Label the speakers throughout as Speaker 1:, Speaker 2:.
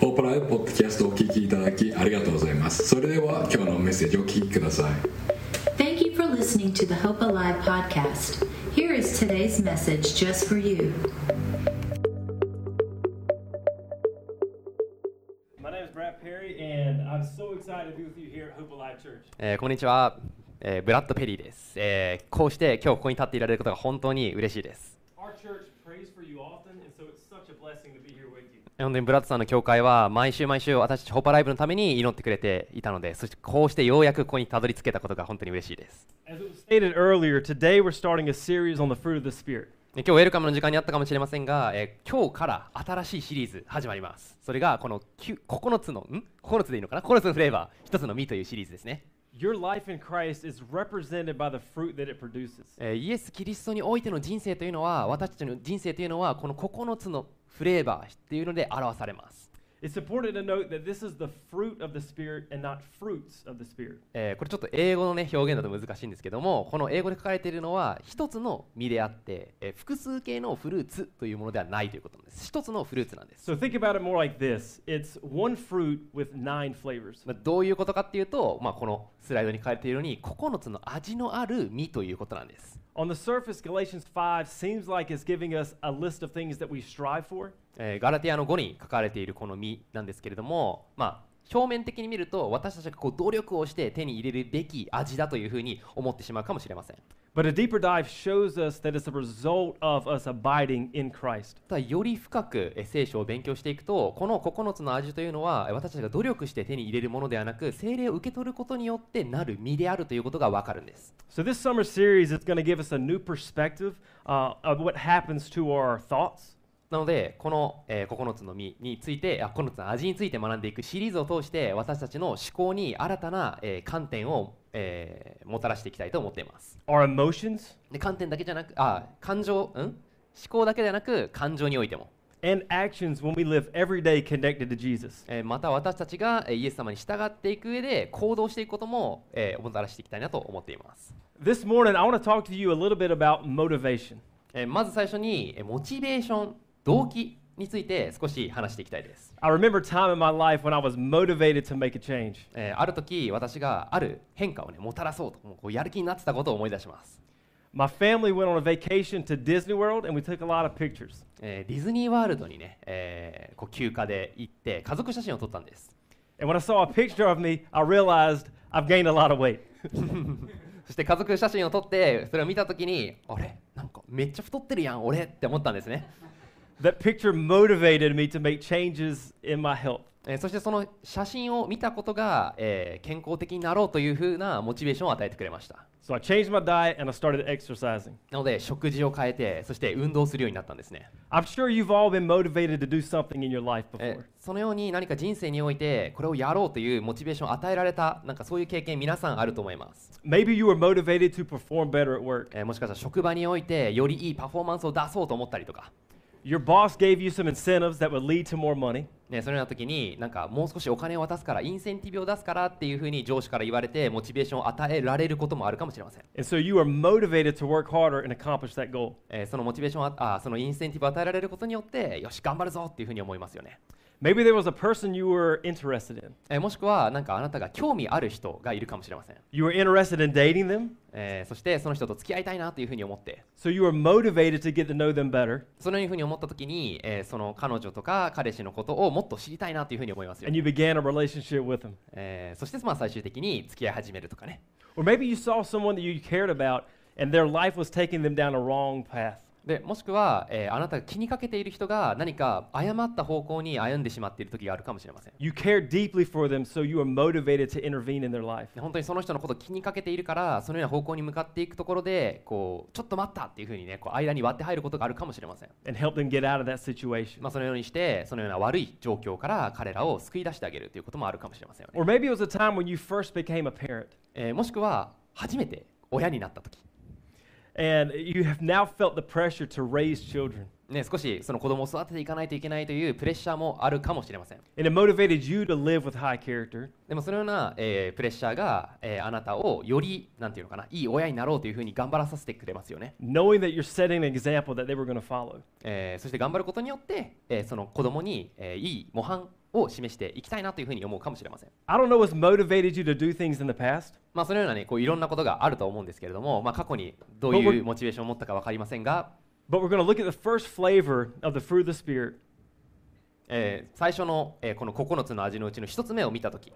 Speaker 1: ポープライブポッドキャストをお聞きいただきありがとうございますそれでは今日のメッセージをお聞きください
Speaker 2: Thank you for listening to the Hope Alive podcast. Here is today's message just for you.
Speaker 3: My name is Brad Perry, and I'm so excited to be with you here at Hope Alive Church.
Speaker 4: えーこんにちは、えーブラッド・ペリーです、えーこうして今日ここに立っていられることが本当に嬉しいです。
Speaker 3: Our church prays for you often, and so it's such a blessing to be here with you.
Speaker 4: 本当にブラッドさんの教会は毎週毎週私たちホパライブのために祈ってくれていたので、そしてこうしてようやくここにたどり着けたことが本当に嬉しいです。
Speaker 3: As it was stated earlier, today we're starting a series on the fruit of the Spirit.
Speaker 4: で今日ウェルカムの時間にあったかもしれませんが、えー今日から新しいシリーズ始まります。それがこのきゅ9つの、ん ?9 つでいいのかな ?9 つのフレーバー、1つの実というシリーズですね。
Speaker 3: Your life in Christ is represented by the fruit that it produces.
Speaker 4: えーイエス・キリストにおいての人生というのは私たちの人生というのはこの9つのフレーバーっていうので表されます、
Speaker 3: It's important to note that this is the fruit of the Spirit and not fruits of the Spirit.
Speaker 4: えーこれちょっと英語の、ね、表現だと難しいんですけどもこの英語で書かれているのは一つの実であって、えー複数形のフルーツというものではないということなんです一つのフルーツなんです、
Speaker 3: So think about it more like this it's one fruit with nine flavors.
Speaker 4: まあ、どういうことかっていうと、まあ、このスライドに書いているように9つの味のある実ということなんです
Speaker 3: On the surface, Galatians 5 seems like it's giving us a list of things that we strive for.
Speaker 4: えーガラティアの5に書かれているこの実なんですけれども、まあ、表面的に見ると私たちがこう努力をして手に入れるべき味だというふうに思ってしまうかもしれません。
Speaker 3: But a deeper dive shows us that it's a result of us abiding in Christ.
Speaker 4: ただより深くえー聖書を勉強していくとこの9つの味というのはえー私たちが努力して手に入れるものではなく精霊を受け取ることによってなる実であるということがわかるんです。
Speaker 3: So, this summer series is going to give us a new perspective uh, of what happens to our thoughts.
Speaker 4: なのでこの、えー9つの実についてあ9つの味について学んでいくシリーズを通して私たちの思考に新たな、えー観点を、えーもたらしていきたいと思っています。
Speaker 3: Our emotions
Speaker 4: で観点だけじゃなくあ感情ん思考だけではなく感情においても、
Speaker 3: and actions when we live every day connected to Jesus.
Speaker 4: えーまた私たちがえーイエス様に従っていく上で行動していくことも、えーもたらしていきたいなと思っています、
Speaker 3: This morning, I want to talk to you a little bit about motivation.
Speaker 4: えーまず最初にえーモチベーション動機について少し話していきたいです、
Speaker 3: I remember a time in my life when I was motivated to make a change.
Speaker 4: えーある時私がある変化をねもたらそうともうこうやる気になってたことを思い出します、
Speaker 3: My family went on a vacation to Disney World and we took a lot of pictures.
Speaker 4: えーディズニーワールドにね、えーこう休暇で行って家族写真を撮ったんです
Speaker 3: And when I saw a picture of me, I realized I've gained a lot of weight.
Speaker 4: そして家族写真を撮ってそれを見た時にあれなんかめっちゃ太ってるやん俺って思ったんですね、
Speaker 3: That picture motivated me to make changes in my health.
Speaker 4: えーそしてその写真を見たことが、えー健康的になろうというふうなモチベーションを与えてくれました
Speaker 3: So I changed my diet and I started exercising.
Speaker 4: なので食事を変えてそして運動するようになったんですね、
Speaker 3: I'm sure you've all been motivated to do something in your life
Speaker 4: えー
Speaker 3: before.
Speaker 4: そのように何か人生においてこれをやろうというモチベーションを与えられたなんかそういう経験皆さんあると思います、
Speaker 3: Maybe you were motivated to perform better at work.
Speaker 4: えーもしかしたら職場においてよりいいパフォーマンスを出そうと思ったりとか
Speaker 3: Your boss gave you some incentives that would lead to more money.
Speaker 4: ね、そのような時になんかもう少しお金を渡すからインセンティブを出すからっていうふうに上司から言われてモチベーションを与えられることもあるかもしれません、
Speaker 3: And so you were motivated to work harder and accomplish that goal.
Speaker 4: えーそのモチベーションをああそのインセンティブを与えられることによってよし頑張るぞっていうふうに思いますよね、
Speaker 3: Maybe there was a person you were interested in.
Speaker 4: えーもしくはなんかあなたが興味ある人がいるかもしれません、
Speaker 3: You were interested in dating them,
Speaker 4: えーそしてその人と付き合いたいなというふうに思って
Speaker 3: so you were motivated to get to know them better.
Speaker 4: そのように思った時に、えーその彼女とか彼氏のことをもっと知りたいなというふうに思いますよ、
Speaker 3: and you began a relationship with them.
Speaker 4: えーそしてまあ最終的に付き合い始めるとかね
Speaker 3: Or maybe you saw someone that you cared about and their life was taking them down a wrong path.
Speaker 4: でもしくは、えーあなたが気にかけている人が何か誤った方向に歩んでしまっている時があるかもしれません
Speaker 3: You cared deeply for them, so you were motivated to intervene in their life.
Speaker 4: で本当にその人のことを気にかけているからそのような方向に向かっていくところでこうちょっと待ったっていうふうにねこう間に割って入ることがあるかもしれません、
Speaker 3: and help them get out of that situation.
Speaker 4: まあ、そのようにしてそのような悪い状況から彼らを救い出してあげるということもあるかもしれませんよね、
Speaker 3: Or maybe it was a time when you first became a parent
Speaker 4: えーもしくは初めて親になった時、
Speaker 3: and you have now felt the pressure to raise children.
Speaker 4: ね、少しその子供を育てていかないといけないというプレッシャーもあるかもしれません
Speaker 3: And it motivated you to live with high character.
Speaker 4: でもそのような、えープレッシャーが、えーあなたをよりなんていうのかないい親になろうというふうに頑張らさせてくれますよね、
Speaker 3: Knowing that you're setting an example that they were going to follow.
Speaker 4: えーそして頑張ることによって、えーその子供に、えーいい模範を示していきたいなというふうに思うかもしれません。
Speaker 3: I don't know what's motivated you to do things in the past,
Speaker 4: まあ、そのようなね、こういろんなことがあると思うんですけれども、まあ、過去にどう
Speaker 3: まあこ
Speaker 4: い
Speaker 3: れ
Speaker 4: うモチベーションを持ったか分かりませんが、
Speaker 3: but we're going to look at the first flavor of the fruit of the Spirit.
Speaker 4: えー最初の、えーこの9つの味のうちの1つ目を見たとき、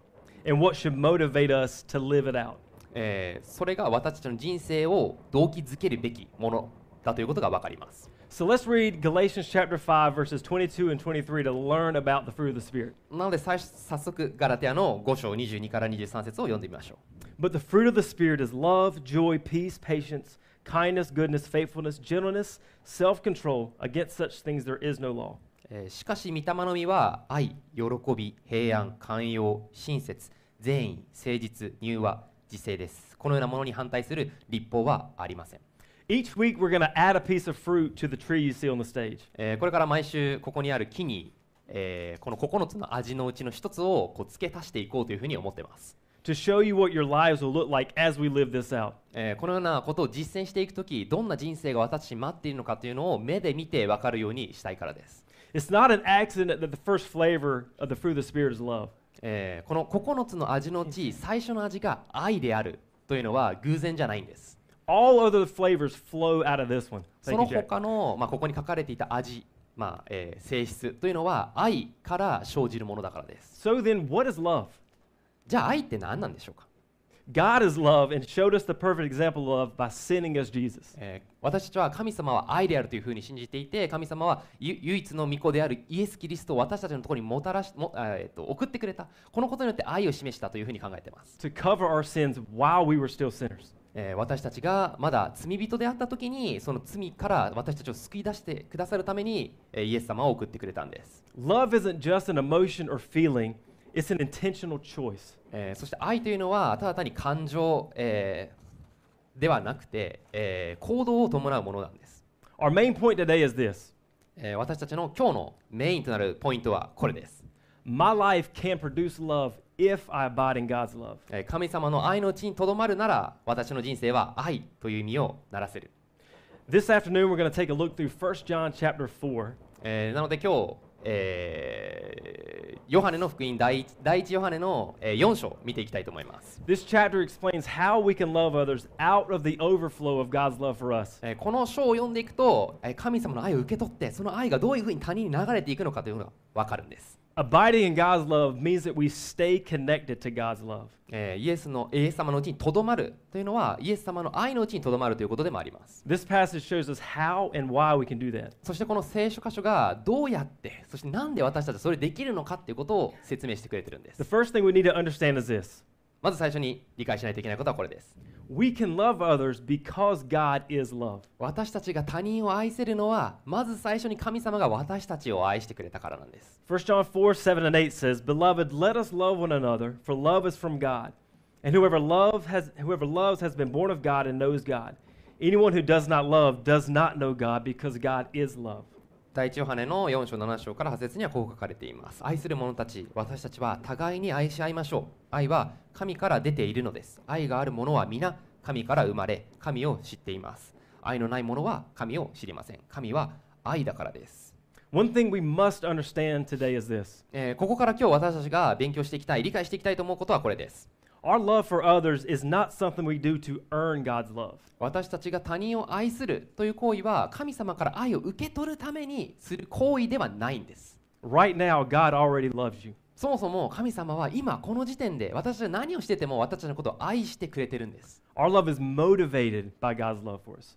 Speaker 3: and what should motivate us to live it out.
Speaker 4: えーそれが私たちの人生を動機づけるべきものだということが分かります。
Speaker 3: So let's read Galatians chapter 5 verses 22 and 23 to learn about the fruit of the spirit.
Speaker 4: なので最初早速ガラテアの5章22から23節を読んでみましょう。
Speaker 3: But the fruit of the spirit is love, joy, peace, patience, kindness, goodness, faithfulness, gentleness, self-control. Against such things there is no law.
Speaker 4: えーしかし御霊の実は愛喜び平安寛容親切善意誠実柔和自制ですこのようなものに反対する立法はありません、
Speaker 3: Each week we're going to add a piece of fruit to the tree you see on the stage.
Speaker 4: えーこれから毎週ここにある木に、えーこの9つの味のうちの1つをこう付け足していこうというふうに思ってます、
Speaker 3: To show you what your lives will look like as we live this out.
Speaker 4: えーこのようなことを実践していくときどんな人生が私たちに待っているのかというのを目で見て分かるようにしたいからです、
Speaker 3: It's not an accident that the first flavor of the fruit of the spirit is love.
Speaker 4: えーこの9つの味のうち最初の味が愛であるというのは偶然じゃないんです
Speaker 3: All other flavors flow out of this one.
Speaker 4: そ
Speaker 3: Thank
Speaker 4: の
Speaker 3: you, Jack.
Speaker 4: 他の、まあ、ここに書かれていた味、まあえー性質というのは愛から生じるものだからです。
Speaker 3: So then what is love?
Speaker 4: じゃあ愛って何なんでしょうか、
Speaker 3: God is love and showed us the perfect example of love by sending us Jesus.
Speaker 4: えー私たちは神様は愛であるというふうに信じていて神様はゆ唯一の御子であるイエス・キリストを私たちのところにもたらしも、あえーと送ってくれたこのことによって愛を示したというふうに考えています、
Speaker 3: to cover our sins while we were still sinners.
Speaker 4: えー私たちがまだ罪人であった時にその罪から私たちを救い出してくださるために、えーイエス様を送ってくれたんです
Speaker 3: Love isn't just an emotion or feeling, it's an intentional choice.
Speaker 4: えーそして愛というのはただ単に感情、えーではなくて、えー行動を伴うものなんです、
Speaker 3: Our main point today is this
Speaker 4: えー私たちの今日のメインとなるポイントはこれです、
Speaker 3: My life can produce love if I abide in God's love.
Speaker 4: えー神様の愛のうちにとどまるなら私の人生は愛という意味をならせる、
Speaker 3: This afternoon, we're going to take a look through 1 John chapter 4.
Speaker 4: えーなので今日、えーヨハネの福音第 1, 第1ヨハネの、えー4章を見ていきたいと思います
Speaker 3: This chapter explains how we can love others out of the overflow of God's love for us.
Speaker 4: えーこの章を読んでいくとえー神様の愛を受け取ってその愛がどういうふうに他人に流れていくのかというのが分かるんです
Speaker 3: Abiding in God's love means that we stay connected to God's love.
Speaker 4: えーイエスのイエス様のうちにとどまるというのはイエス様の愛のうちにとどまるということでもあります
Speaker 3: This passage shows us how and why we can do that.
Speaker 4: そしてこの聖書箇所がどうやってそしてなんで私たちはそれできるのかっていうことを説明してくれてるんで
Speaker 3: The
Speaker 4: す
Speaker 3: first thing we need to understand is this
Speaker 4: まず最初に理解しないといけないことはこれです
Speaker 3: We can love others because God is love.
Speaker 4: 私たちが他人を愛せるのはまず最初に神様が私たちを愛してくれたからなんです
Speaker 3: 1 John 4 7 and 8 says, Beloved, let us love one another, for love is from God. And whoever, love has, whoever loves has been born of God and knows God. Anyone who does not love does not know God because God is love.
Speaker 4: 第一ヨハネの4章7章から8節にはこう書かれています愛する者たち私たちは互いに愛し合いましょう愛は神から出ているのです愛がある者は皆神から生まれ神を知っています愛のない者は神を知りません神は愛だからです、
Speaker 3: One thing we must understand today is this
Speaker 4: えーここから今日私たちが勉強していきたい理解していきたいと思うことはこれです
Speaker 3: our love for others is not something we do to earn God's love.
Speaker 4: 私たちが他人を愛するという行為は神様から愛を受け取るためにする行為ではないんです
Speaker 3: Right now, God already loves you.
Speaker 4: そもそも神様は今この時点で私たちは何をしてても私たちのことを愛してくれてるんです、
Speaker 3: Our love is motivated by God's love for us.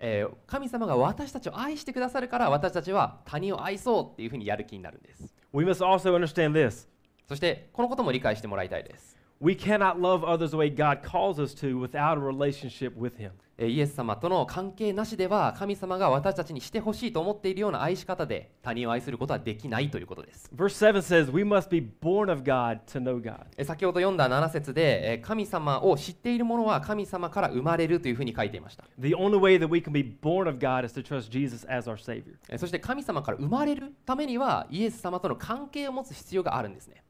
Speaker 4: えー神様が私たちを愛してくださるから私たちは他人を愛そうっていうふうにやる気になるんです
Speaker 3: We must also understand this.
Speaker 4: そしてこのことも理解してもらいたいです、
Speaker 3: We cannot love others the way God calls us to without a relationship with Him.
Speaker 4: えーイエス様との関係なしでは神様が私たちにしてほしいと思っているような愛し方で他人を愛することはできないということです、
Speaker 3: Verse 7 says, We must be born of God to know God.
Speaker 4: えー先ほど読んだ7節で、えー神様を知っている者は神様から生まれるというふうに書いていました
Speaker 3: The only way that we can be born of God is to trust Jesus as our Savior.
Speaker 4: えーそして神様から生まれるためにはイエス様との関係を持つ必要があるんですね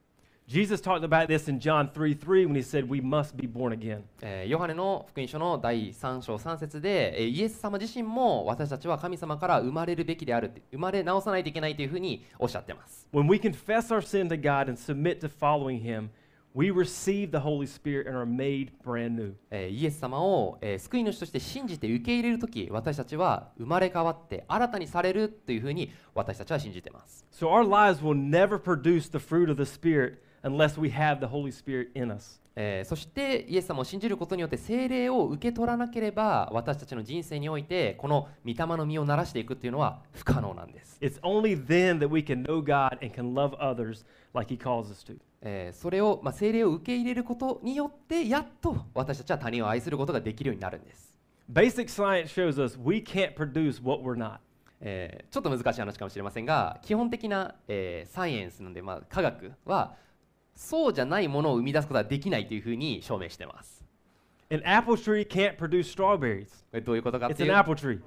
Speaker 3: Jesus talked about this in John 3 3 when he said, We must be born again.
Speaker 4: えーヨハネの福音書の第3章3節で、えーイエス様自身も私たちは神様から生まれるべきであるって生まれ直さないといけないというふうにおっしゃってます
Speaker 3: When we confess our sin to God and submit to following Him, we receive the Holy Spirit and are made brand new.
Speaker 4: えーイエス様を、えー救い主として信じて受け入れる時私たちは生まれ変わって新たにされるというふうに私たちは信じてます
Speaker 3: So our lives will never produce the fruit of the Spirit unless we have the Holy Spirit in us.
Speaker 4: えーそしてイエス様を信じることによって聖霊を受け取らなければ私たちの人生においてこの御霊の実をならしていくっていうのは不可能なんです、
Speaker 3: It's only then that we can know God and can love others like He calls us to.
Speaker 4: えーそれを、まあ、聖霊を受け入れることによってやっと私たちは他人を愛することができるようになるんです、
Speaker 3: Basic science shows us we can't produce what we're not.
Speaker 4: えーちょっと難しい話かもしれませんが基本的な、えーサイエンスなんで、まあ、科学はそうじゃないものを生み出すことはできないというふうに証明してます、
Speaker 3: An apple tree can't produce strawberries.
Speaker 4: えーどういうことかっ
Speaker 3: It's
Speaker 4: てい
Speaker 3: an
Speaker 4: う
Speaker 3: apple tree.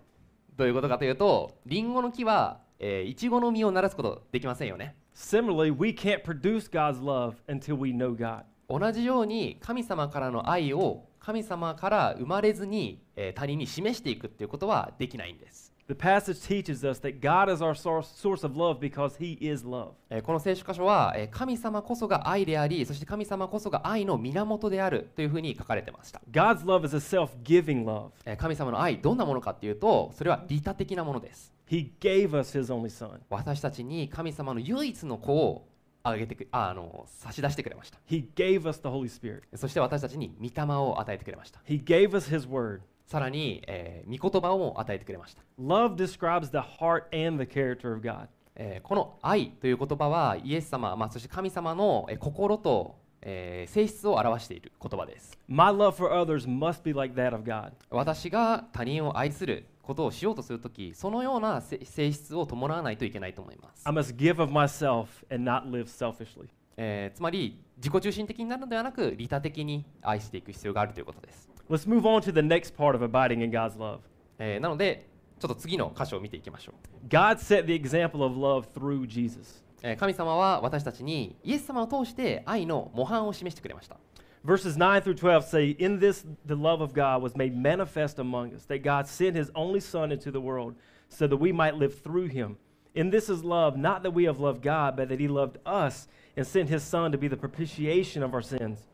Speaker 4: どういうことかというとリンゴの木は、えー、イチゴの実をならすことできませんよね
Speaker 3: Similarly, we can't produce God's love until we know God.
Speaker 4: 同じように神様からの愛を神様から生まれずに、えー他人に示していくっていうことはできないんです、
Speaker 3: The passage teaches us that God is our source, source of love because He is love.
Speaker 4: えーこの聖書箇所は、えー神様こそが愛でありそして神様こそが愛の源であるというふうに書かれてました、
Speaker 3: God's love is a self giving love.
Speaker 4: えー神様の愛どんなものかっていうとそれは利他的なものです
Speaker 3: He gave us His only Son,
Speaker 4: 私たちに神様の唯一の子をあげてくああの差し出してくれました
Speaker 3: He gave us the Holy Spirit,
Speaker 4: そして私たちに御霊を与えてくれました
Speaker 3: He gave us His Word.
Speaker 4: さらに、えー御言葉をも与えてくれました
Speaker 3: Love describes the heart and the character of God.
Speaker 4: えーこの「愛」という言葉はイエス様、まあ、そして神様のえー心と、えー性質を表している言葉です
Speaker 3: My love for others must be like that of God.
Speaker 4: 私が他人を愛することをしようとするときそのようなせ性質を伴わないといけないと思います、
Speaker 3: I must give of myself and not live selfishly.
Speaker 4: えーつまり自己中心的になるのではなく利他的に愛していく必要があるということです、
Speaker 3: Let's move on to the next part of abiding in God's love.
Speaker 4: えーなのでちょっと次の箇所を見ていきましょう、
Speaker 3: God set the example of love through Jesus.
Speaker 4: えー神様は私たちにイエス様を通して愛の模範を示してくれました
Speaker 3: Verses 9 through 12 say, In this the love of God was made manifest among us, that God sent his only Son into the world so that we might live through him. In this is love, not that we have loved God, but that he loved us and sent his Son to be the propitiation of our sins.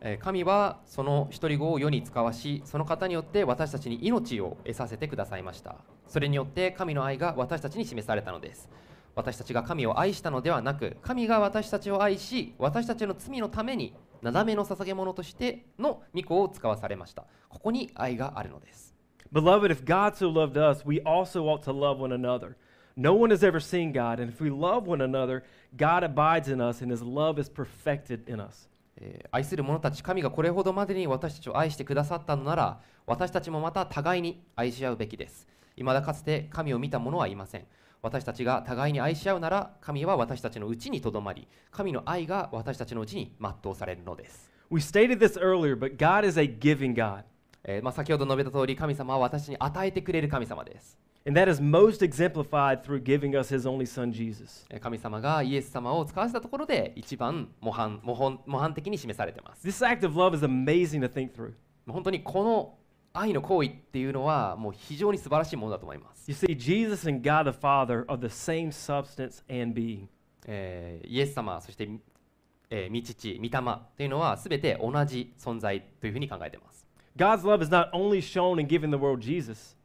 Speaker 4: えー神はその一人子を世に使わしその方によって私たちに命を得させてくださいましたそれによって神の愛が私たちに示されたのです私たちが神を愛したのではなく神が私たちを愛し私たちの罪のためになだめの捧げ物としての御子を使わされましたここに愛があるのです
Speaker 3: Beloved, if God so loved us, we also ought to love one another. No one has ever seen God, and if we love one another, God abides in us, and his love is perfected in us.
Speaker 4: えー愛する者たち神がこれほどまでに私たちを愛してくださったのなら私たちもまた互いに愛し合うべきです未だかつて神を見た者はいません私たちが互いに愛し合うなら神は私たちのうちにとどまり神の愛が私たちのうちに全うされるのです、
Speaker 3: We stated this earlier, but God is a giving God.
Speaker 4: えーまあ、先ほど述べた通り神様は私たちに与えてくれる神様です、
Speaker 3: And that is most exemplified through giving us his only son, Jesus.
Speaker 4: えー神様がイエス様を使わせたところで一番模範模範模範的に示されてます
Speaker 3: This act of love is amazing to think through.
Speaker 4: 本当にこの愛の行為っていうのはもう非常に素晴らしいものだと思います
Speaker 3: You see, Jesus and God the Father are the same substance and being.
Speaker 4: えーイエス様そして、えー、御父御霊というのは全て同じ存在というふうに考えています、
Speaker 3: God's love is not only shown in giving the world Jesus,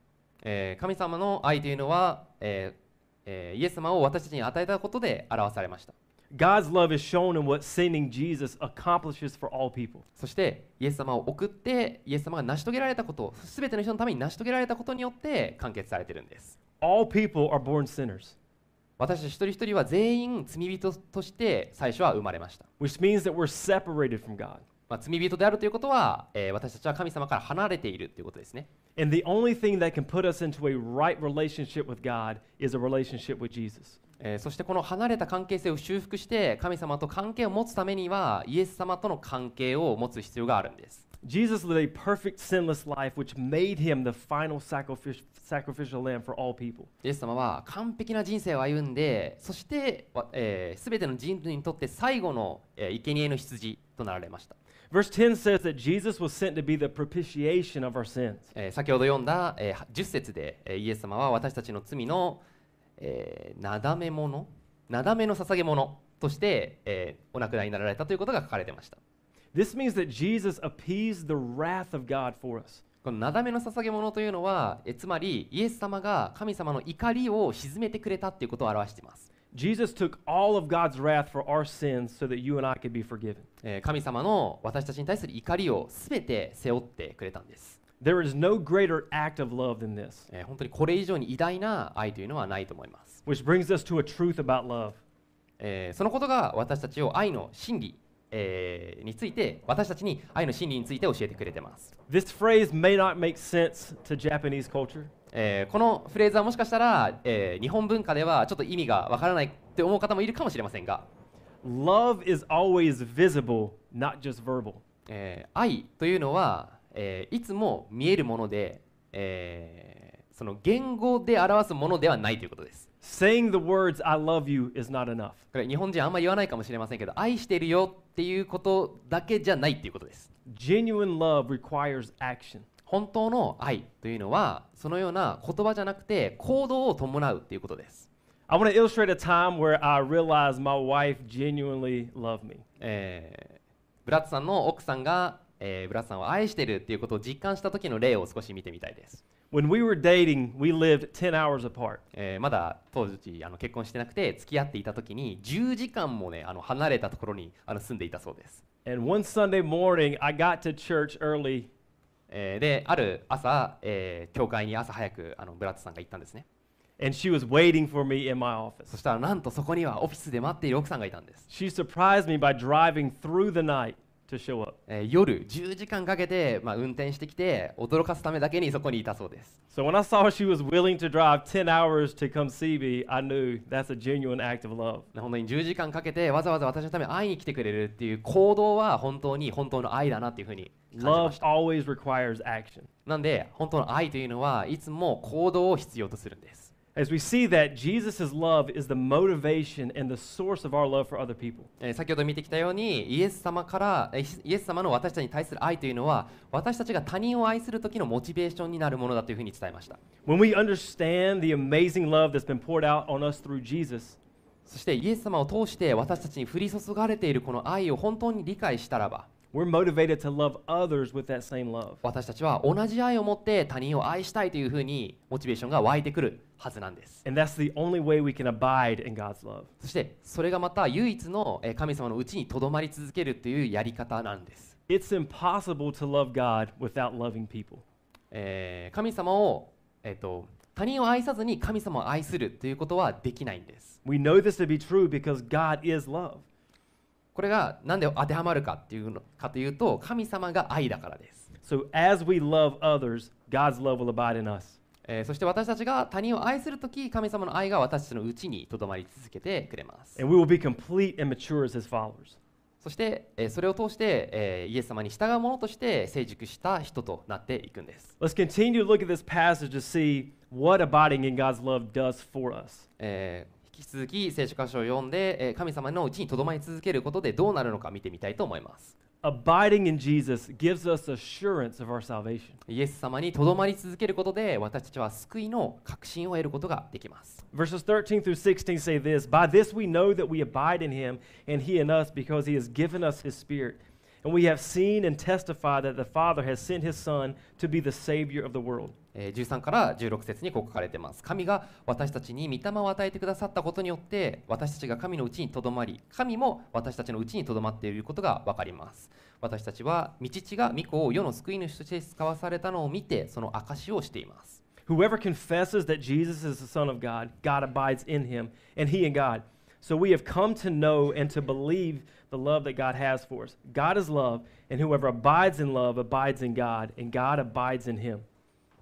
Speaker 4: えー神様の愛というのは、えーえーイエス様を私たちに与えたことで表されました
Speaker 3: God's love is shown in what sending Jesus accomplishes for all people.
Speaker 4: そしてイエス様を送ってイエス様が成し遂げられたこと全ての人のために成し遂げられたことによって完結されているんです
Speaker 3: All people are born sinners,
Speaker 4: 私たち一人一人は全員罪人として最初は生まれました、
Speaker 3: which means that we're separated from God.
Speaker 4: まあ、罪人であるということは、えー私たちは神様から離れているということですね
Speaker 3: And the only thing that can put us into a right relationship with God is a relationship with Jesus.
Speaker 4: えーそしてこの離れた関係性を修復して神様と関係を持つためにはイエス様との関係を持つ必要があるんです、
Speaker 3: Jesus lived a perfect, sinless life, which made him the final sacrific- sacrificial lamb for all people.
Speaker 4: イエス様は完璧な人生を歩んで、そして、わえー、全ての人類にとって最後の、えー、生贄の羊となられました。
Speaker 3: Verse 10 says that Jesus was sent to be the propitiation of our sins.
Speaker 4: えー先ほど読んだ、えーは10節で、えーイエス様は私たちの罪の、えーなだめものなだめの捧げ物として、えーお亡くなりになられたということが書かれてました
Speaker 3: This means that Jesus appeased the wrath of God for us.
Speaker 4: このなだめの捧げ物というのは、えーつまりイエス様が神様の怒りを鎮めてくれたということを表しています、
Speaker 3: Jesus took all of God's wrath for our sins so that you and I could be forgiven.
Speaker 4: えー神様の私たちに対する怒りを全て背負ってくれたんです、
Speaker 3: There is no greater act of love than this,
Speaker 4: えー本当にこれ以上に偉大な愛というのはないと思います、
Speaker 3: which brings us to a truth about love.
Speaker 4: えーそのことが私たちを愛の真理、えーについて私たちに愛の真理について教えてくれてます、
Speaker 3: This phrase may not make sense to Japanese culture,
Speaker 4: えーこのフレーズはもしかしたら、えー日本文化ではちょっと意味がわからないって思う方もいるかもしれませんが、
Speaker 3: Love is always visible, not just verbal.
Speaker 4: えー愛というのは、えーいつも見えるもので、えーその言語で表すものではないということです
Speaker 3: Saying the words, I love you, is not enough.
Speaker 4: これ日本人あんま言わないかもしれませんけど愛してるよっていうことだけじゃないっていうことです
Speaker 3: Genuine love requires action.
Speaker 4: 本当の愛というのはそのような言葉じゃなくて行動を伴うっていうことです、
Speaker 3: I want to illustrate a time where I realized my wife genuinely loved me.
Speaker 4: えーブラッツさんの奥さんが、えーブラッツさんを愛してるっていうことを実感した時の例を少し見てみたいです、
Speaker 3: When we were dating, we lived 10 hours apart.
Speaker 4: えーまだ当時あの結婚してなくて付き合っていた時に10時間もねあの離れたところにあの住んでいたそうです、
Speaker 3: And one Sunday morning, I got to church early
Speaker 4: えーである朝、えー教会に朝早くあのブラッツさんが行ったんですね
Speaker 3: and she was waiting for me in my
Speaker 4: そ
Speaker 3: office.
Speaker 4: したらなんとそこにはオフィスで待っている奥さんがいたんです、
Speaker 3: She surprised me by driving through the night to show up.
Speaker 4: えー夜10時間かけて、まあ、運転してきて驚かすためだけにそこにいたそうです
Speaker 3: So when I saw she was willing to drive 10 hours to come see me, I knew that's a genuine act of love.
Speaker 4: 本当に10時間かけてわざわざ私のために会いに来てくれるっていう行動は本当に本当の愛だなっていうふうに感じま
Speaker 3: Love
Speaker 4: した
Speaker 3: always requires action.
Speaker 4: なんで本当の愛というのはいつも行動を必要とするんです
Speaker 3: As we see that, Jesus' love is the motivation and the source of our love for other people.
Speaker 4: えー先ほど見てきたようにイエス様からえーイエス様の私たちに対する愛というのは私たちが他人を愛する時のモチベーションになるものだというふうに伝えました
Speaker 3: When we understand the amazing love that's been poured out on us through Jesus,
Speaker 4: そしてイエス様を通して私たちに降り注がれているこの愛を本当に理解したらば
Speaker 3: we're motivated to love others with that same love.
Speaker 4: 私たちは同じ愛を持って他人を愛したいというふうにモチベーションが湧いてくるはずなんです
Speaker 3: And that's the only way we can abide in God's love.
Speaker 4: そしてそれがまた唯一のえー神様のうちにとどまり続けるというやり方なんです、
Speaker 3: It's impossible to love God without loving people.
Speaker 4: えー神様を、えー、と他人を愛さずに神様を愛するということはできないんです
Speaker 3: We know this to be true because God is love.
Speaker 4: これが何で当てはまるかっていうのかというと神様が愛だからです、
Speaker 3: So as we love others, God's love will abide in us.
Speaker 4: えーそして私たちが他人を愛するとき神様の愛が私たちのうちにとどまり続けてくれます、
Speaker 3: And we will be complete and mature as his followers.
Speaker 4: そして、えーそれを通して、えーイエス様に従う者として成熟した人となっていくんです
Speaker 3: Let's continue to look at this passage to see what abiding in God's love does for us.
Speaker 4: えー引き続き聖書箇所を読んで、えー神様のうちにとどまり続けることでどうなるのか見てみたいと思います。
Speaker 3: Abiding in Jesus gives us assurance of our salvation.
Speaker 4: イエス様にとどまり続けることで私たちは救いの確信を得ることができます。
Speaker 3: Verses 13 through 16 say this By this we know that we abide in him and he in us because he has given us his spirit. And we have seen and testified that the Father has sent his Son to be the Savior of the world.
Speaker 4: えー13から16節にこう書かれています。神が私たちに御霊を与えてくださったことによって私たちが神のうちにとどまり神も私たちのうちにとどまっていることがわかります。私たちは御父が御子を世の救い主として使わされたのを見てその証しをしています。
Speaker 3: Whoever confesses that Jesus is the Son of God, God abides in him, and he in God. So we have come to know and to believe the love that God has for us. God is love, and whoever abides in love abides in God, and God abides in him.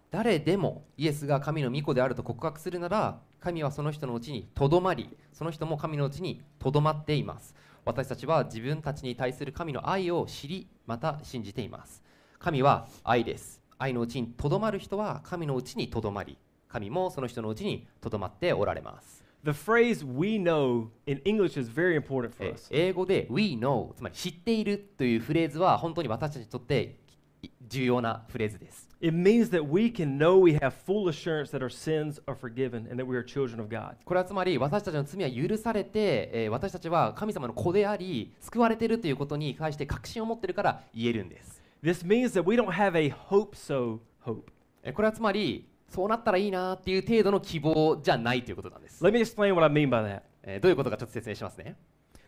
Speaker 4: 誰でもイエスが神の御子であると告白するなら神はその人のうちにとどまりその人も神のうちにとどまっています私たちは自分たちに対する神の愛を知りまた信じています神は愛です。愛のうちにとどまる人は神のうちにとどまり、神もその人のうちにとどまっておられます。
Speaker 3: The phrase we know in English is very important for
Speaker 4: え
Speaker 3: us.
Speaker 4: 英語で We know、つまり知っているというフレーズは本当に私たちにとってい重要なフレーズです。
Speaker 3: It means that we can know we have full assurance that our sins are forgiven and that we are children of God.
Speaker 4: これはつまり私たちの罪は許されて、えー私たちは神様の子であり救われているということに対して確信を持っているから言えるんです。
Speaker 3: This means that we don't have a hope so hope.
Speaker 4: えーこれはつまりそうなったらいいなっていう程度の希望じゃないということなんです。
Speaker 3: Let me explain what I mean by that.
Speaker 4: えーどういうことかちょっと説明しますね。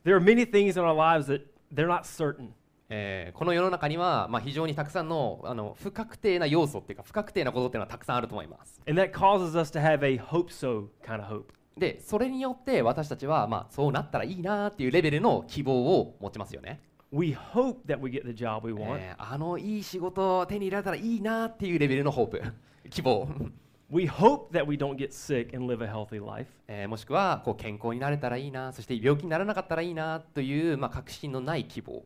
Speaker 3: There are many things in our lives that they're not certain.
Speaker 4: えーこの世の中には、まあ、非常にたくさんのあの不確定な要素っていうか不確定なことっていうのはたくさんあると思います。
Speaker 3: And that causes us to have a hope so kind of hope.
Speaker 4: でそれによって私たちは、まあ、そうなったらいいなっていうレベルの希望を持ちますよね。
Speaker 3: We hope that we get the job we want.
Speaker 4: えーあのいい仕事を手に入れられたらいいなっていうレベルのホープ 希望、
Speaker 3: We hope that we don't get sick and live a healthy life.
Speaker 4: えーもしくはこう健康になれたらいいなそして病気にならなかったらいいなという、まあ、確信のない希望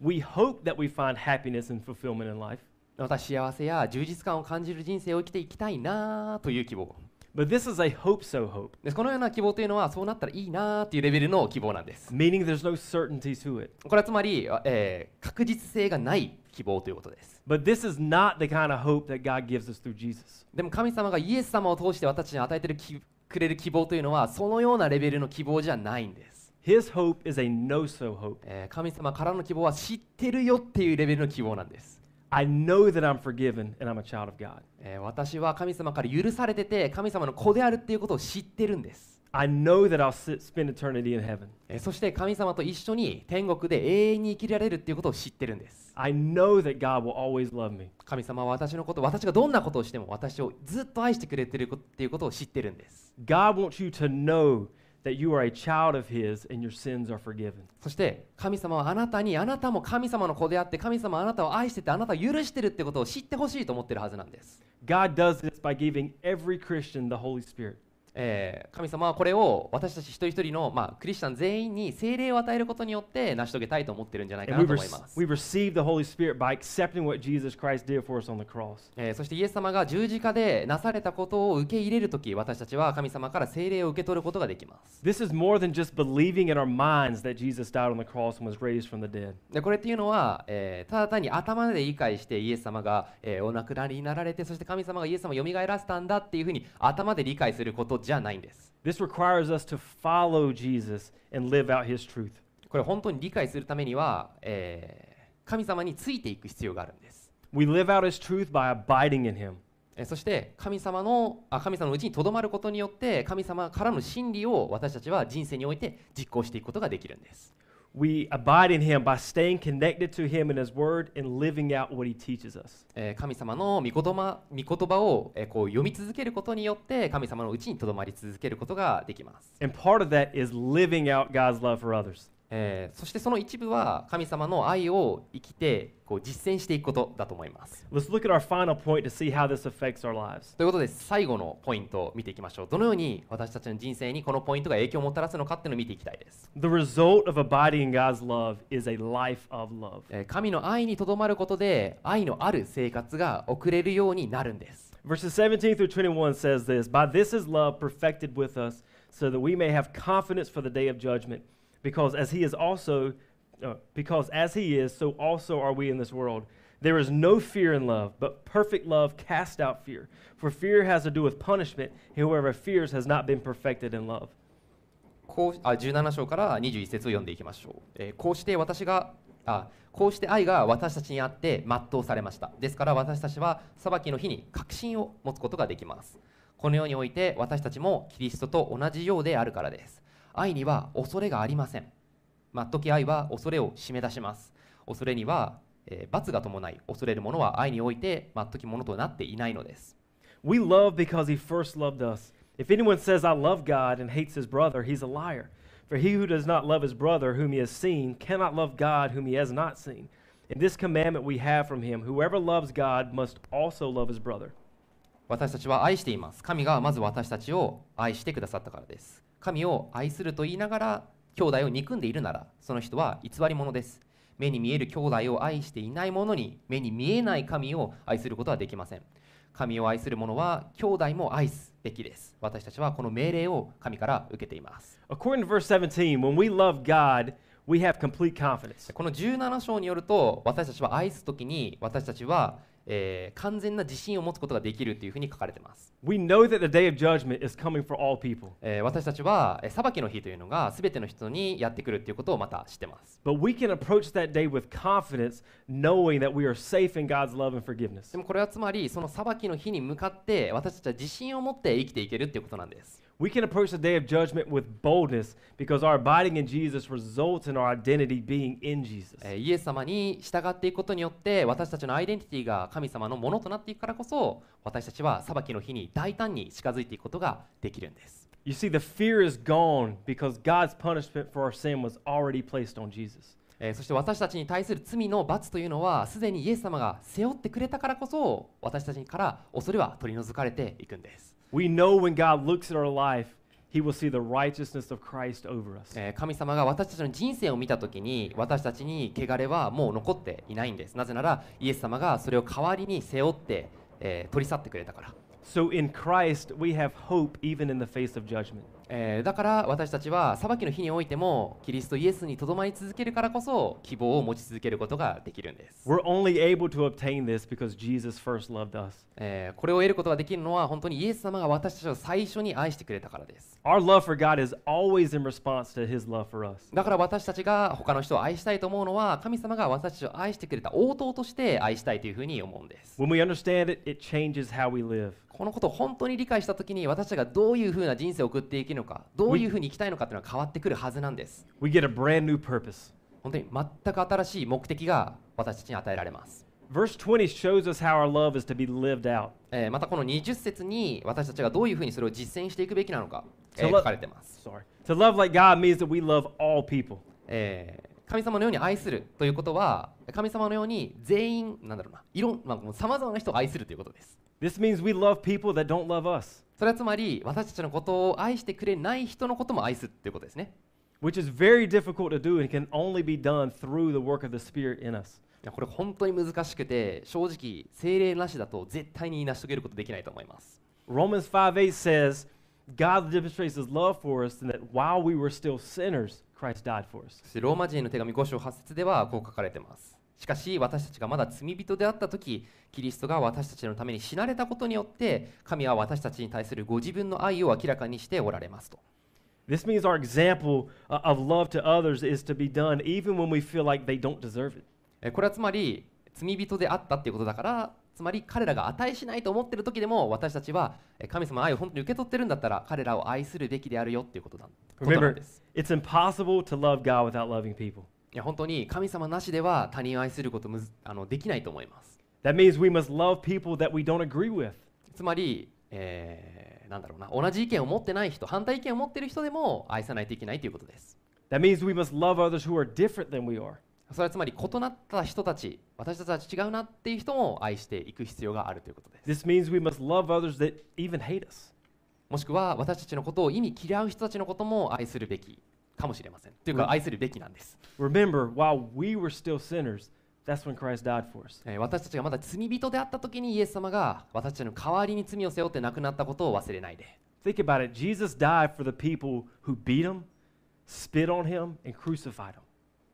Speaker 3: We hope that we find happiness and fulfillment in life.
Speaker 4: また幸せや充実感を感じる人生を生きていきたいなという希望
Speaker 3: But this is a hope so hope,
Speaker 4: でこのような希望というのはそうなったらいいなというレベルの希望なんです
Speaker 3: meaning there's no certainty to it.
Speaker 4: これはつまり、えー確実性がない希望ということです
Speaker 3: But this is not the kind of hope that God gives us through Jesus.
Speaker 4: でも神様がイエス様を通して私たちに与えてるきくれる希望というのはそのようなレベルの希望じゃないんです
Speaker 3: His hope is a no so hope.
Speaker 4: えー神様からの希望は知ってるよっていうレベルの希望なんです、
Speaker 3: I know that I'm forgiven and I'm a child of God.
Speaker 4: えー私は神様から許されてて神様の子であるっていうことを知ってるんです、
Speaker 3: I know that I'll sit, spend eternity in heaven.
Speaker 4: えーそして神様と一緒に天国で永遠に生きられるっていうことを知ってるんです
Speaker 3: I know that God will always love me.
Speaker 4: 神様は私のこと私がどんなことをしても私をずっと愛してくれてることっていうことを知ってるんです
Speaker 3: God wants you to know that you are a child of His and your sins are forgiven.
Speaker 4: そして神様はあなたにあなたも神様の子であって神様はあなたを愛しててあなたを許してるってことを知ってほしいと思ってるはずなんです、
Speaker 3: God does this by giving every Christian the Holy Spirit.
Speaker 4: えー神様はこれを私たち一人一人の、まあ、クリスチャン全員に聖霊を与えることによって成し遂げたいと思ってるんじゃないか
Speaker 3: And
Speaker 4: な
Speaker 3: we,
Speaker 4: と
Speaker 3: rec-
Speaker 4: 思います、
Speaker 3: we receive the Holy Spirit by accepting what Jesus Christ did for us on the cross.
Speaker 4: えーそしてイエス様が十字架でなされたことを受け入れるとき私たちは神様から聖霊を受け取ることができます
Speaker 3: This is more than just believing in our minds that Jesus died on the cross and was raised from the dead.
Speaker 4: でこれっていうのは、えーただ単に頭で理解してイエス様が、えーお亡くなりになられてそして神様がイエス様をよみがえらせたんだっていうふうに頭で理解することじゃないんです
Speaker 3: This requires us to follow Jesus and live out his truth.
Speaker 4: これ本当に理解するためには、えー神様についていく必要があるんです
Speaker 3: We live out his truth by abiding in him.
Speaker 4: えーそして神様のあ神様のうちにとどまることによって神様からの真理を私たちは人生において実行していくことができるんです、
Speaker 3: We abide in him by staying connected to him and his word and living out what he teaches us.
Speaker 4: えー神様の御言葉御言葉を、えーこう読み続けることによって神様のうちにとどまり続けることができます、
Speaker 3: And part of that is living out God's love for others.
Speaker 4: えーそしてその一部は神様の愛を生きてこう実践していくことだと思います
Speaker 3: Let's look at our final point to see how this affects our lives.
Speaker 4: ということで最後のポイントを見ていきましょうどのように私たちの人生にこのポイントが影響をもたらすのかっていうのを見ていきたいです
Speaker 3: The result of abiding in God's love is a life of love.
Speaker 4: えー神の愛にとどまることで愛のある生活が送れるようになるんです、
Speaker 3: Verses 17 through 21 says this By this is love perfected with us, so that we may have confidence for the day of judgment, because as he is also uh, because as he is, so also are we in this world. There is no fear in love, but perfect love casts out fear. For fear has to do with punishment, and whoever fears has not been perfected in love.
Speaker 4: こうあ17章から21節を読んでいきましょう、えーこうして私があこうして愛が私たちにあって全うされましたですから私たちは裁きの日に確信を持つことができますこの世において私たちもキリストと同じようであるからです愛には恐れがありませんまっとき愛は恐れを締め出します恐れには、えー罰が伴い恐れるものは愛においてまっときものとなっていないのです
Speaker 3: We love because he first loved us. If anyone says, I love God and hates his brother, he's a liar. For he who does not love his brother whom he has seen cannot love God whom he has not seen. And this commandment we have from him whoever loves God must also love his brother.
Speaker 4: 私たちは愛しています。神がまず私たちを愛してくださったからです。神を愛すると言いながら兄弟を憎んでいるなら、その人は偽り者です。目に見える兄弟を愛していない者に目に見えない神を愛することはできません神を愛する者は兄弟も愛すべきです私たちはこの命令を神から受けています
Speaker 3: According to verse 17, when we love God, we have complete confidence.
Speaker 4: この17章によると私たちは愛す時に私たちは、えー完全な自信を持つことができるというふうに書かれてます、
Speaker 3: We know that the day of judgment is coming for all people,
Speaker 4: えー私たちはえー裁きの日というのが全ての人にやってくるということをまた知ってます
Speaker 3: but we can approach that day with confidence, knowing that we are safe in God's love and forgiveness.
Speaker 4: でもこれはつまりその裁きの日に向かって私たちは自信を持って生きていけるっていうことなんです
Speaker 3: We can approach the day of judgment with boldness because our abiding in Jesus results in our identity being in Jesus.
Speaker 4: えーイエス様に従っていくことによって私たちのアイデンティティが神様のものとなっていくからこそ私たちは裁きの日に大胆に近づいていくことができるんです
Speaker 3: You see, the fear is gone because God's punishment for our sin was already placed on Jesus.
Speaker 4: えーそして私たちに対する罪の罰というのはすでにイエス様が背負ってくれたからこそ私たちから恐れは取り除かれていくんです、
Speaker 3: We know when God looks at our life, he will see the righteousness of Christ over us.
Speaker 4: えー神様が私たちの人生を見た時に私たちに汚れはもう残っていないんですなぜならイエス様がそれを代わりに背負って、えー取り去ってくれたから、
Speaker 3: So in Christ, we have hope even in the face of judgment.
Speaker 4: えーだから私たちは裁きの日においてもキリストイエスにとどまり続けるからこそ希望を持ち続けることができるんです
Speaker 3: We're only able to obtain this because Jesus first loved us.
Speaker 4: えーこれを得ることができるのは本当にイエス様が私たちを最初に愛してくれたからです
Speaker 3: Our love for God is always in response to his love for us.
Speaker 4: だから私たちが他の人を愛したいと思うのは神様が私たちを愛してくれた応答として愛したいというふうに思うんです。
Speaker 3: When we understand it, it changes how we live.
Speaker 4: このことを本当に理解した時に私たちがどういうふうな人生を送っていくのかどういうふうに生きたいのかっていうのは変わってくるはずなんです。
Speaker 3: We get a brand new purpose.
Speaker 4: 本当に全く新しい目的が私たちに与えられます。
Speaker 3: Verse 20 shows us how our love is to be lived out.
Speaker 4: えーまたこの20節に私たちがどういうふうにそれを実践していくべきなのか、えー
Speaker 3: So
Speaker 4: 書
Speaker 3: let-
Speaker 4: かれてます、
Speaker 3: Sorry. To love like God means that we love all people.
Speaker 4: えー神様のように愛するということは神様のように全員なんだろうないろんさまざ、まな人を愛するということです。
Speaker 3: This means we love people that don't love us,
Speaker 4: それはつまり私たちのことを愛してくれない人のことも愛すっていうことですね。
Speaker 3: which is very difficult to do and can only be done through the work of the Spirit in us.
Speaker 4: いやこれ本当に難しくて正直精霊なしだと絶対に成し遂げることできないと思います。
Speaker 3: Romans 5 8 says, God demonstrates his love for us in that while we were still sinners, Christ died for us.
Speaker 4: そしてローマ人への手紙5章8節ではこう書かれてます。しかし私たちがまだ罪人であった時キリストが私たちのために死なれたことによって神は私たちに対するご自分の愛を明らかにしておられますと。
Speaker 3: This means our example uh, of love to others is to be done even when we feel like they don't deserve it.
Speaker 4: えこれはつまり罪人であったっていうことだからつまり彼らが値しないと思ってる時でも私たちはえ神様の愛を本当に受け取ってるんだったら彼らを愛するべきであるよっていうことなんことなん
Speaker 3: Remember,
Speaker 4: です。
Speaker 3: it's impossible to love God without loving people.
Speaker 4: いや本当に神様なしでは他人を愛することむずあのできないと思います。
Speaker 3: That means we must love people that we don't agree with.
Speaker 4: つまり、えーなんだろうな同じ意見を持ってない人反対意見を持ってる人でも愛さないといけないということです。
Speaker 3: That means we must love others who are different than we are.
Speaker 4: それはつまり異なった人たち私たちは違うなっていう人も愛していく必要があるということで
Speaker 3: This
Speaker 4: す。
Speaker 3: means we must love others that even hate us.
Speaker 4: もしくは私たちのことを意味嫌う人たちのことも愛するべきかもしれません。という
Speaker 3: うん
Speaker 4: か愛するべきなんです、
Speaker 3: Remember, while we were still sinners, that's when Christ died for us.
Speaker 4: えー私たちがまだ罪人であった時にイエス様が私たちの代わりに罪を背負って亡くなったことを忘れないで。
Speaker 3: Think about it. Jesus died for the people who beat him, spit on him, and crucified him.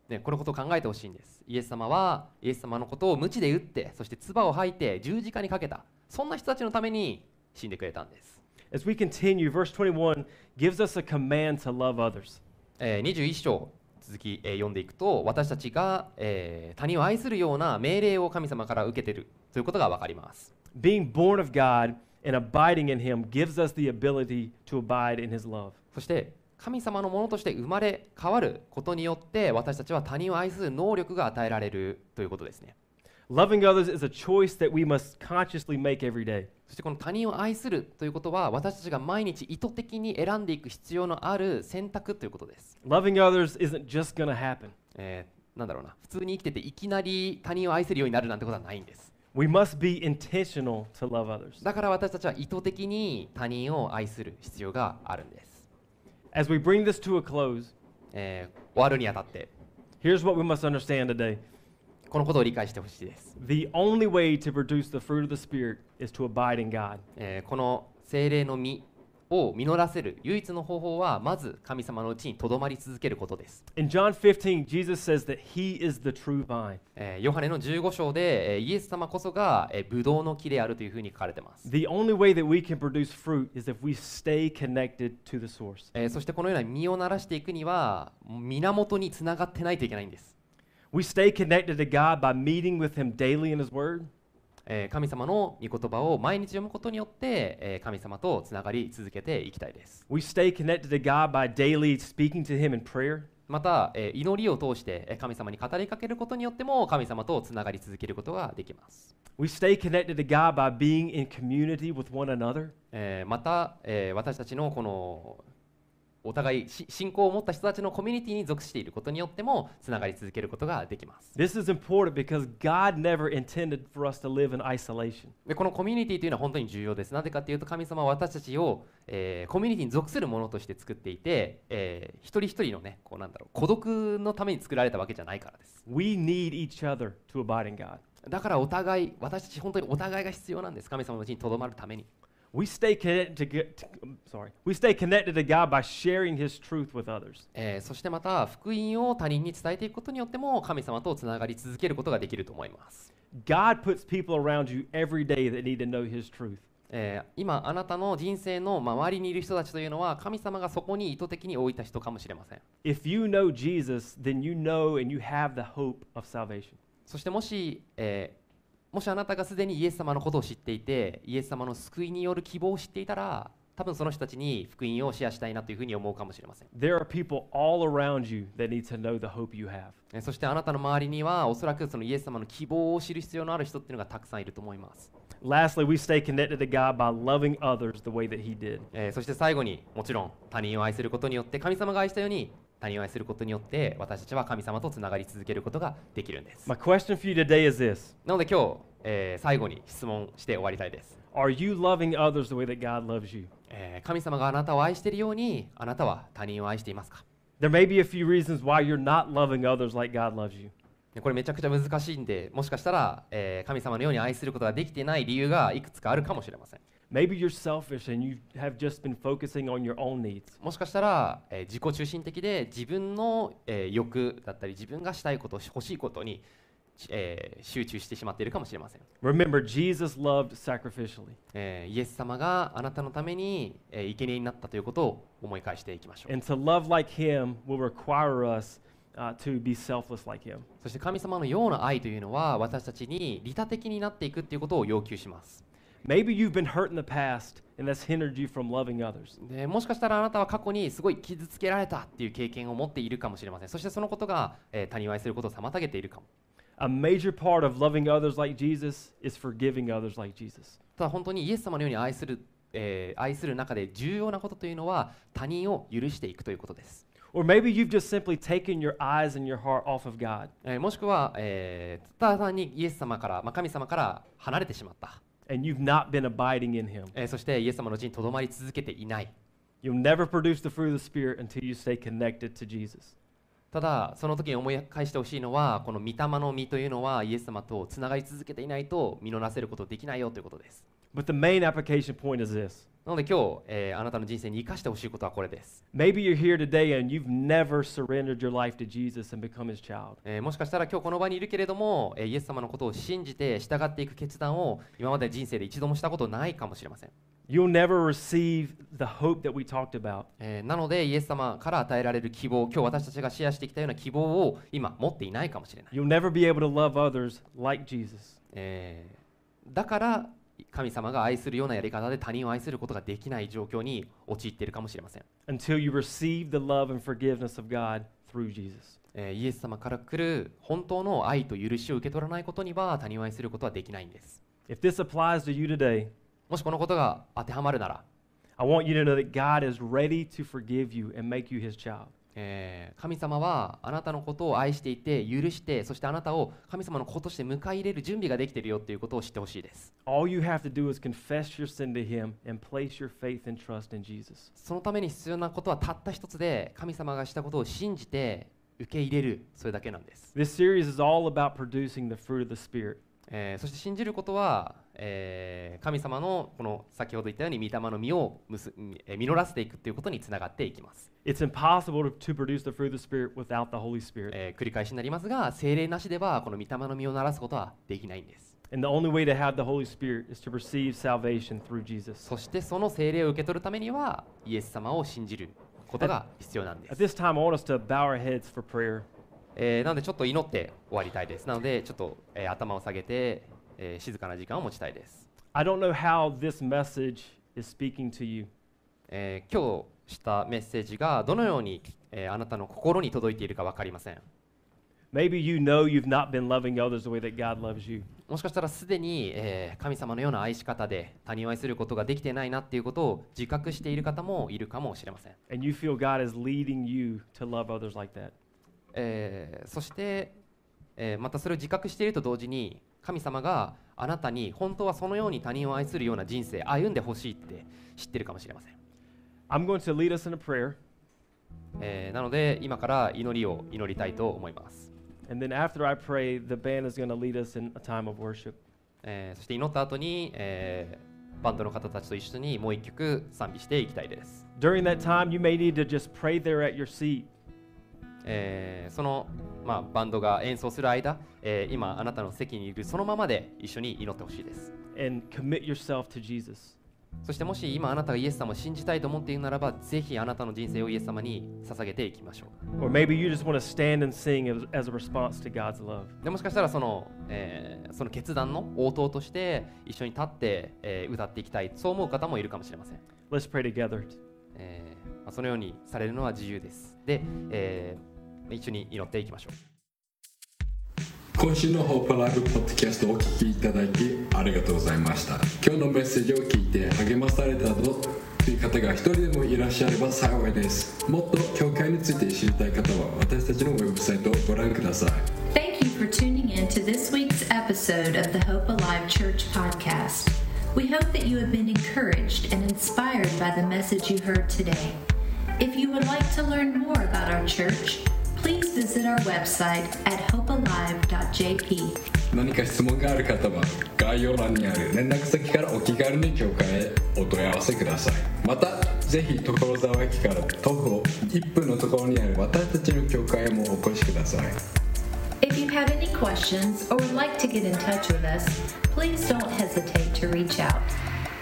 Speaker 4: ね、このことを考えてほしいんです。イエス様はイエス様のことを鞭で打ってそして唾を吐いて十字架にかけたそんな人たちのために死んでくれたんです。
Speaker 3: As we continue, verse 21 gives us a command to love others.
Speaker 4: えー21章続き、えー読んでいくと私たちが、えー他人を愛するような命令を神様から受けてるということが分かります。
Speaker 3: Being born of God and abiding in him gives us the ability to abide in his love.
Speaker 4: そして神様のものとして生まれ変わることによって私たちは他人を愛する能力が与えられるということですね。
Speaker 3: Loving others is a choice that we must consciously make every day.
Speaker 4: そしてこの他人を愛するということは私たちが毎日意図的に選んでいく必要のある選択ということです。
Speaker 3: Loving others isn't just going to happen.
Speaker 4: えーなんだろうな普通に生きてていきなり他人を愛せるようになるなんてことはないんです。
Speaker 3: We must be intentional to love others.
Speaker 4: だから私たちは意図的に他人を愛する必要があるんです。
Speaker 3: As we bring this to a close,
Speaker 4: えー終わるにあたって、
Speaker 3: Here's what we must understand today
Speaker 4: このことを理解してほしいです、
Speaker 3: the only way to produce the fruit of the Spirit is to abide in God.
Speaker 4: えーこの精霊の実を実らせる唯一の方法はまず神様のうちにとどまり続けることです、
Speaker 3: In John 15, Jesus says that He is the true vine.
Speaker 4: えーヨハネの15章で、えーイエス様こそが、えー、ブドウの木であるというふうに書かれてます、
Speaker 3: The only way that we can produce fruit is if we stay connected to the source.
Speaker 4: えーそしてこのような実をならしていくには源につながってないといけないんです、
Speaker 3: We stay connected to God by meeting with Him daily in His Word,
Speaker 4: えー神様の御言葉を毎日読むことによって、えー神様とつながり続けていきたいです
Speaker 3: we stay connected to God by daily speaking to Him in prayer.
Speaker 4: また、えー祈りを通してえー神様に語りかけることによっても神様とつながり続けることができます、
Speaker 3: We stay connected to God by being in community with one another.
Speaker 4: えーまた、えー私たちのこのお互いし信仰を持った人たちのコミュニティに属していることによってもつながり続けることができます
Speaker 3: This is important because God never intended for us to live in isolation.
Speaker 4: でこのコミュニティというのは本当に重要ですなぜかというと神様は私たちを、えーコミュニティに属するものとして作っていて、えー一人一人のねこうなんだろう孤独のために作られたわけじゃないからです
Speaker 3: We need each other to abide in God.
Speaker 4: だからお互い私たち本当にお互いが必要なんです神様のうちにとどまるために
Speaker 3: We stay connected to get, to- um, sorry. We stay connected to God by sharing his truth with others.
Speaker 4: えーそしてまた福音を他人に伝えていくことによっても神様とつながり続けることができると思います、
Speaker 3: God puts people around you every day that need to know his truth.
Speaker 4: えー今あなたの人生の周りにいる人たちというのは神様がそこに意図的に置いた人かもしれません
Speaker 3: If you know Jesus, then you know and you have the hope of salvation.
Speaker 4: そしてもし、えーもしあなたがすでにイエス様のことを知っていてイエス様の救いによる希望を知っていたら多分その人たちに福音をシェアしたいなというふうに思うかもしれません
Speaker 3: There are people all around you that need to know the hope you have.
Speaker 4: えーそしてあなたの周りにはおそらくそのイエス様の希望を知る必要のある人っていうのがたくさんいると思います、
Speaker 3: Lastly, we stay connected to God by loving others the way that he did.
Speaker 4: えーそして最後にもちろん他人を愛することによって神様が愛したように他人を愛することによって私たちは神様とつながり続けることができるんです、
Speaker 3: My question for you today is this.
Speaker 4: なので今日、えー最後に質問して終わりたいです
Speaker 3: Are you loving others the way that God loves you?
Speaker 4: えー神様があなたを愛しているようにあなたは他人を愛していますか
Speaker 3: There may be a few reasons why you're not loving others like God loves you.
Speaker 4: でこれめちゃくちゃ難しいんでもしかしたら、えー神様のように愛することができていない理由がいくつかあるかもしれません
Speaker 3: Maybe you're selfish and you have just been focusing on your own needs.
Speaker 4: もしかしたら、えー自己中心的で自分の、えー欲だったり自分がしたいこと欲しいことに、えー集中してしまっているかもしれません、
Speaker 3: Remember, Jesus loved sacrificially.
Speaker 4: えーイエス様があなたのために、えー、生贄になったということを思い返していきましょう
Speaker 3: And to love like him will require us uh, to be selfless like him.
Speaker 4: そして神様のような愛というのは私たちに利他的になっていくということを要求します
Speaker 3: Maybe you've been hurt in the past and that's hindered you from loving others.
Speaker 4: でもしかしたらあなたは過去にすごい傷つけられたっていう経験を持っているかもしれませんそしてそのことが、えー他人を愛することを妨げているかも
Speaker 3: A major part of loving others like Jesus is forgiving others like Jesus.
Speaker 4: ただ本当にイエス様のように愛する、えー愛する中で重要なことというのは他人を許していくということです、
Speaker 3: Or maybe you've just simply taken your eyes and your heart off of God
Speaker 4: えーもしくは、えーただ単にイエス様から、まあ、神様から離れてしまった、
Speaker 3: and you've not been abiding in him.
Speaker 4: えーそしてイエス様のうちにとどまり続けていない
Speaker 3: You'll never produce the fruit of the Spirit until you stay connected to Jesus.
Speaker 4: ただその時に思い返してほしいのはこの御霊の実というのはイエス様とつながり続けていないと実のなせることできないよということです
Speaker 3: But the main application point is this
Speaker 4: なので今日、えーあなたの人生に生かしてほしいことはこれです、
Speaker 3: Maybe you're here today and you've never surrendered your life to Jesus and become his child.
Speaker 4: えーもしかしたら今日この場にいるけれども、えーイエス様のことを信じて従っていく決断を今まで人生で一度もしたことないかもしれません、
Speaker 3: You'll never receive the hope that we talked about.
Speaker 4: えーなのでイエス様から与えられる希望今日私たちがシェアしてきたような希望を今持っていないかもしれない、
Speaker 3: You'll never be able to love others like Jesus.
Speaker 4: えーだから神様が愛するようなやり方で他人を愛することができない状況に陥っているかもしれません
Speaker 3: until you receive the love and forgiveness of God through Jesus.
Speaker 4: えーイエス様から来る本当の愛と許しを受け取らないことには他人を愛することはできないんです。
Speaker 3: If this applies to you today,
Speaker 4: もしこのことが当てはまるなら、
Speaker 3: I want you to know that God is ready to forgive you and make you his child.
Speaker 4: えー神様はあなたのことを愛していて許してそしてあなたを神様の子として迎え入れる準備ができているよということを知ってほしいです
Speaker 3: All you have to do is confess your sin to him and place your faith and trust in Jesus.
Speaker 4: そのために必要なことはたった一つで神様がしたことを信じて受け入れるそれだけなんです、
Speaker 3: This series is all about producing the fruit of the Spirit.
Speaker 4: えーそして信じることは、えー神様のこの先ほど言ったように御霊の実をむすえー実らせていくということにつながっていきます、
Speaker 3: It's impossible to, to produce the fruit of the Spirit without the Holy Spirit.
Speaker 4: えー繰り返しになりますが精霊なしではこの御霊の実をならすことはできないんです
Speaker 3: And the only way to have the Holy Spirit is to receive salvation through Jesus.
Speaker 4: そしてその精霊を受け取るためにはイエス様を信じることが必要なんで
Speaker 3: At
Speaker 4: す、
Speaker 3: this time, I want us to bow our heads for prayer.
Speaker 4: えーなのでちょっと祈って終わりたいですなのでちょっと、えー頭を下げて、えー静かな時間を持ちたいです、
Speaker 3: I don't know how this message is speaking to you.
Speaker 4: えー今日したメッセージがどのように、えーあなたの心に届いているか分かりません
Speaker 3: Maybe you know you've not been loving others the way that God loves you.
Speaker 4: もしかしたらすでに、えー神様のような愛し方で他人を愛することができてないなっていうことを自覚している方もいるかもしれません、
Speaker 3: And you feel God is leading you to love others like that.
Speaker 4: えーそして、えーまたそれを自覚していると同時に神様があなたに本当はそのように他人を愛するような人生歩んでほしいって知ってるかもしれません、
Speaker 3: I'm going to lead us in a prayer.
Speaker 4: えーなので今から祈りを祈りたいと思います、
Speaker 3: And then after I pray, the band is going to lead us in a time of worship.
Speaker 4: えーそして祈った後に、えーバンドの方たちと一緒にもう一曲賛美していきたいです、
Speaker 3: During that time, you may need to just pray there at your seat.
Speaker 4: えーその、まあ、バンドが演奏する間、えー今あなたの席にいるそのままで一緒に祈ってほしいです
Speaker 3: and commit yourself to Jesus.
Speaker 4: そしてもし今あなたがイエス様を信じたいと思っているならばぜひあなたの人生をイエス様に捧げていきましょ
Speaker 3: Or maybe you just want to stand and sing as, as a response to God's love.
Speaker 4: うでもしかしたらその,、えーその決断の応答として一緒に立って、えー歌っていきたいそう思う方もいるかもしれません、
Speaker 3: Let's pray together.
Speaker 4: えーまあそのようにされるのは自由ですで、えー一緒に祈っていきましょう
Speaker 1: 今週のホープライブポッドキャストをお聞きいただきありがとうございました今日のメッセージを聞いて励まされたという方が一人でもいらっしゃれば幸いですもっと教会について知りたい方は私たちのウェブサイトをご覧ください
Speaker 2: Thank you for tuning in to this week's episode of the Hope Alive Church podcast. We hope that you have been encouraged and inspired by the message you heard today. If you would like to learn more about our church, please visit our website at hopealive.jp.
Speaker 1: 何か質問がある方は概要欄にある連絡先からお気軽に教会へお問い合わせくださいまたぜひ所沢駅から徒歩1分のところにある私たちの教会へもお越しください
Speaker 2: If you have any questions or would like to get in touch with us, please don't hesitate to reach out.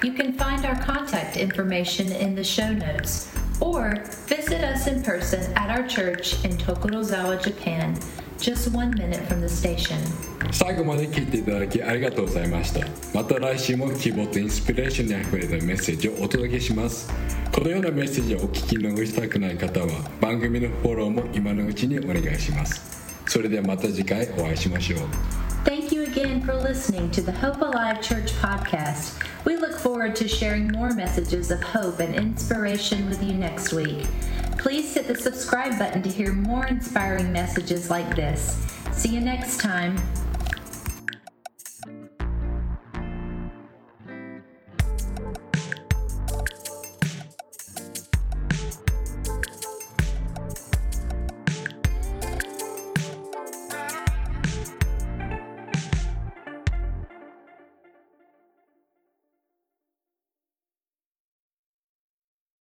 Speaker 2: You can find our contact information in the show notes or visit us in person at our church in Tokorozawa, Japan, just one minute from the station.
Speaker 1: 最後まで聞いていただきありがとうございましたまた来週も希望とインスピレーションにあふれたメッセージをお届けしますこのようなメッセージをお聞き逃したくない方は番組のフォローも今のうちにお願いしますそれではまた次回お会いしましょう
Speaker 2: Thank you again for listening to the Hope Alive Church podcast. We look forward to sharing more messages of hope and inspiration with you next week. Please hit the subscribe button to hear more inspiring messages like this. See you next time.